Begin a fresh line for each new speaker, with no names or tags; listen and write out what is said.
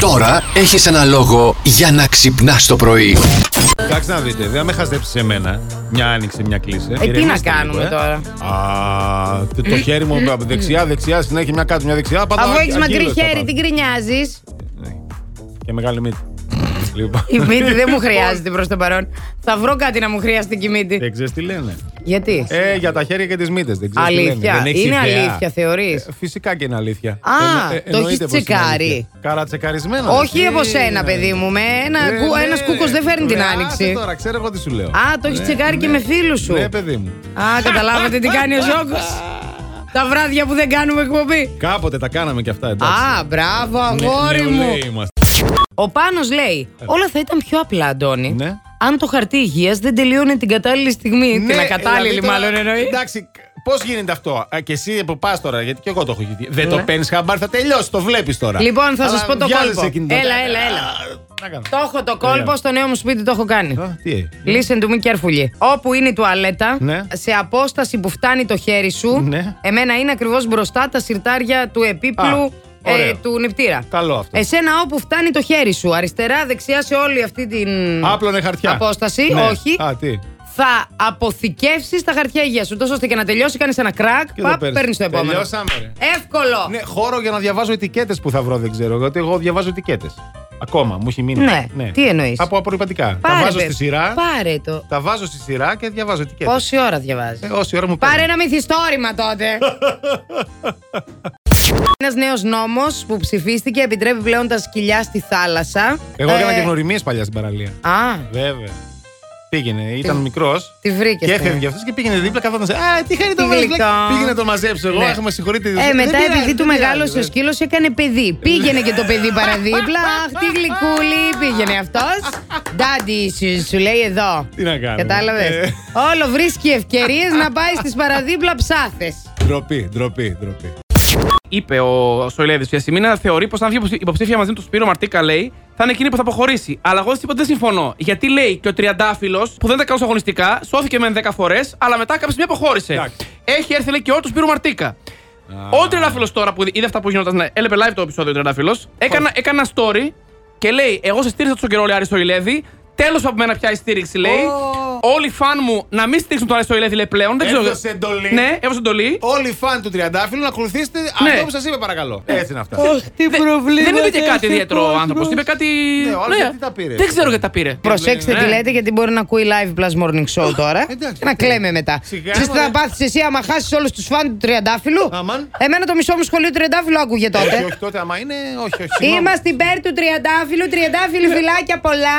Τώρα έχεις ένα λόγο για να ξυπνάς το πρωί.
Κάτσε να δείτε, δεν με χαζέψει σε μένα. Μια άνοιξε, μια κλείσε.
Ε, τι να
Ηρεμήστε
κάνουμε
λίγο, ε.
τώρα.
Α, το- το χέρι μου από δεξιά, δεξιά, συνέχεια μια κάτω, μια δεξιά. Πάντα
Αφού
α-
έχει μακρύ
αγκύλος τα
χέρι,
πάντα.
την κρινιάζει.
Ναι. Και μεγάλη μύτη. Λοιπόν.
Η μύτη δεν μου χρειάζεται προς το παρόν. Θα βρω κάτι να μου χρειάζεται και η μύτη.
Δεν ξέρεις τι λένε.
Γιατί.
Ε, για τα χέρια και τις μύτες. Δεν ξέρεις τι λένε.
Αλήθεια.
Δεν έχεις
Είναι
ιδέα.
αλήθεια, θεωρείς.
Ε, Φυσικά και είναι αλήθεια.
Α,
Ε, ε,
το
εννοείται
έχεις
πως είναι
τσεκάρει.
αλήθεια. Καρατσεκαρισμένα.
Όχι
ρε,
από
τι είναι.
σένα, παιδί μου. Με ένα,
Ε,
κου,
ναι,
ένας κούκος δεν φέρνει
ναι,
την
άσε
άνοιξη.
Τώρα ξέρω εγώ τι σου λέω.
Α, το έχεις τσεκάρει και με φίλους σου.
Ναι, παιδί μου.
Α, καταλάβατε τι κάνει ο Ζώκος. Τα βράδια που δεν κάνουμε εκπομπή.
Κάποτε τα κάναμε και αυτά, εντάξει.
Α, μπράβο,
Ναι,
αγόρι μου.
νεολαίοι είμαστε.
Ο Πάνος λέει, όλα θα ήταν πιο απλά, Αντώνη.
Ναι.
Αν το χαρτί υγείας δεν τελειώνει την κατάλληλη στιγμή. την ακατάλληλη,
δηλαδή τώρα,
μάλλον εννοεί.
Εντάξει, πώς γίνεται αυτό. Α, και εσύ που πας τώρα, γιατί και εγώ το έχω γίνει. Δεν το παίρνει χαμπάρ, θα τελειώσει, το βλέπεις τώρα.
Ναι. Λοιπόν, θα
Αλλά
σας πω το
βγάλεις
κόλπο.
εκείνη την
Έλα,
ώρα.
έλα, έλα.
Α, να κάνω.
Το έχω το κόλπο
Ωραία.
στο νέο μου σπίτι, το έχω κάνει.
Α, Τι ε.
Listen to me carefully. Όπου είναι η τουαλέτα,
Ναι.
σε απόσταση που φτάνει το χέρι σου,
Ναι.
εμένα είναι ακριβώς μπροστά τα συρτάρια του επίπλου
Α,
ε,
ωραίο.
του νηπτήρα.
Καλό αυτό.
Εσένα όπου φτάνει το χέρι σου, αριστερά, δεξιά σε όλη αυτή την
Άπλωνε χαρτιά.
απόσταση,
Ναι.
όχι,
Α, τι.
θα αποθηκεύσεις τα χαρτιά υγείας σου. Τόσο ώστε και να τελειώσει, κάνεις ένα κρακ,
Και
παπ,
το παίρνεις.
παίρνεις το επόμενο.
Τελειώσαμε, ρε.
Εύκολο!
Ναι, χώρο για να διαβάζω ετικέτες που θα βρω, δεν ξέρω. Γιατί εγώ διαβάζω ετικέτες. Ακόμα, μου έχει μείνει.
Ναι. Τι εννοείς?
Από απορριπαντικά. Τα
Πάρε,
βάζω στη
παιδί.
σειρά.
Πάρε το.
Τα βάζω στη σειρά και διαβάζω ετικέτες.
Πόση ώρα διαβάζεις.
όση ώρα μου
Πάρε
παίρνει.
ένα μυθιστόρημα τότε. Ένας νέος νόμος που ψηφίστηκε επιτρέπει πλέον τα σκυλιά στη θάλασσα.
Εγώ έκανα
Ε,
και γνωριμίες παλιά στην παραλία.
Α,
Βέβαια. Πήγαινε, ήταν μικρός.
τη βρήκες.
Και έφευγε αυτός και πήγαινε δίπλα, καθόταν. σε, Α, τι χάρη το
Τι
βάζεις,
γλυκό».
βλέ». Πήγαινε να το μαζέψω εγώ.
Ναι.
Αχ, με συγχωρείτε.
Ε,
δεν
μετά
πειράζει,
επειδή
δεν ε.
του
πειράζει,
μεγάλωσε ο
δεν-
σκύλος, έκανε παιδί. Πήγαινε και το παιδί παραδίπλα. Αχ, τι γλυκούλη. Πήγαινε αυτός. Ντάντι, σου, σου λέει εδώ.
Τι να κάνουμε. Ε.
Κατάλαβε. Όλο βρίσκει ευκαιρίες να πάει στις παραδίπλα ψάθες.
Ντροπή, ντροπή, ντροπή.
Είπε ο Σοηλέδη μια σημείνα, θεωρεί πως αν βγει υποψήφια μαζί με τον Σπύρο Μαρτίκα, λέει, θα είναι εκείνη που θα αποχωρήσει. Αλλά εγώ είπα ότι δεν συμφωνώ. Γιατί λέει και ο Τριαντάφυλλος, που δεν τα κάνω αγωνιστικά, σώθηκε με 10 φορές, αλλά μετά κάποια στιγμή αποχώρησε.
Εντάξει.
Έχει έρθει λέει και ο του Σπύρου Μαρτίκα. Ο Τριαντάφυλλος τώρα που είδε αυτά που γινόταν. ναι, Έλεπε live το επεισόδιο ο Τριαντάφυλλος. Έκανα, έκανα ένα story και λέει: Εγώ σε στήριξα τόσο καιρό, λέει Άρη Σοηλέδη. Τέλος από μένα πια η στήριξη, λέει. Όλοι οι φαν μου να μην στήριξουν τον Άρη Σοηλέδη, λέει πλέον. Δεν ξέρω.
Έδωσε εντολή.
Ναι, έδωσε εντολή.
Όλοι οι φαν του Τριαντάφυλλου να ακολουθήσετε
Ναι.
αυτό που σας είπα, παρακαλώ.
Ε.
Έτσι είναι αυτά.
Τι
Δε- Δεν είπε και κάτι ιδιαίτερο ο άνθρωπος. Είπε κάτι.
Ναι, όλα γιατί τα πήρε.
Δεν ξέρω γιατί τα πήρε.
Προσέξτε
Ναι.
τι λέτε, γιατί μπορεί να ακούει live plus morning show τώρα.
εντάξει,
και να
τι.
κλαίμε μετά.
Σιγά,
Ξέρεις τι
μωρέ.
θα πάθεις εσύ άμα χάσεις όλους τους φαν του Τριαντάφυλλου.
Αμάν.
Εμένα το μισό μου σχολείο Τριαντάφυλλου άκουγε
Όχι,
τότε.
όχι, τότε άμα είναι. Όχι, όχι. συγγνώμη.
Είμαστε υπέρ του Τριαντάφυλλου, Τριαντάφυλλου
Ναι.
φυλάκια πολλά.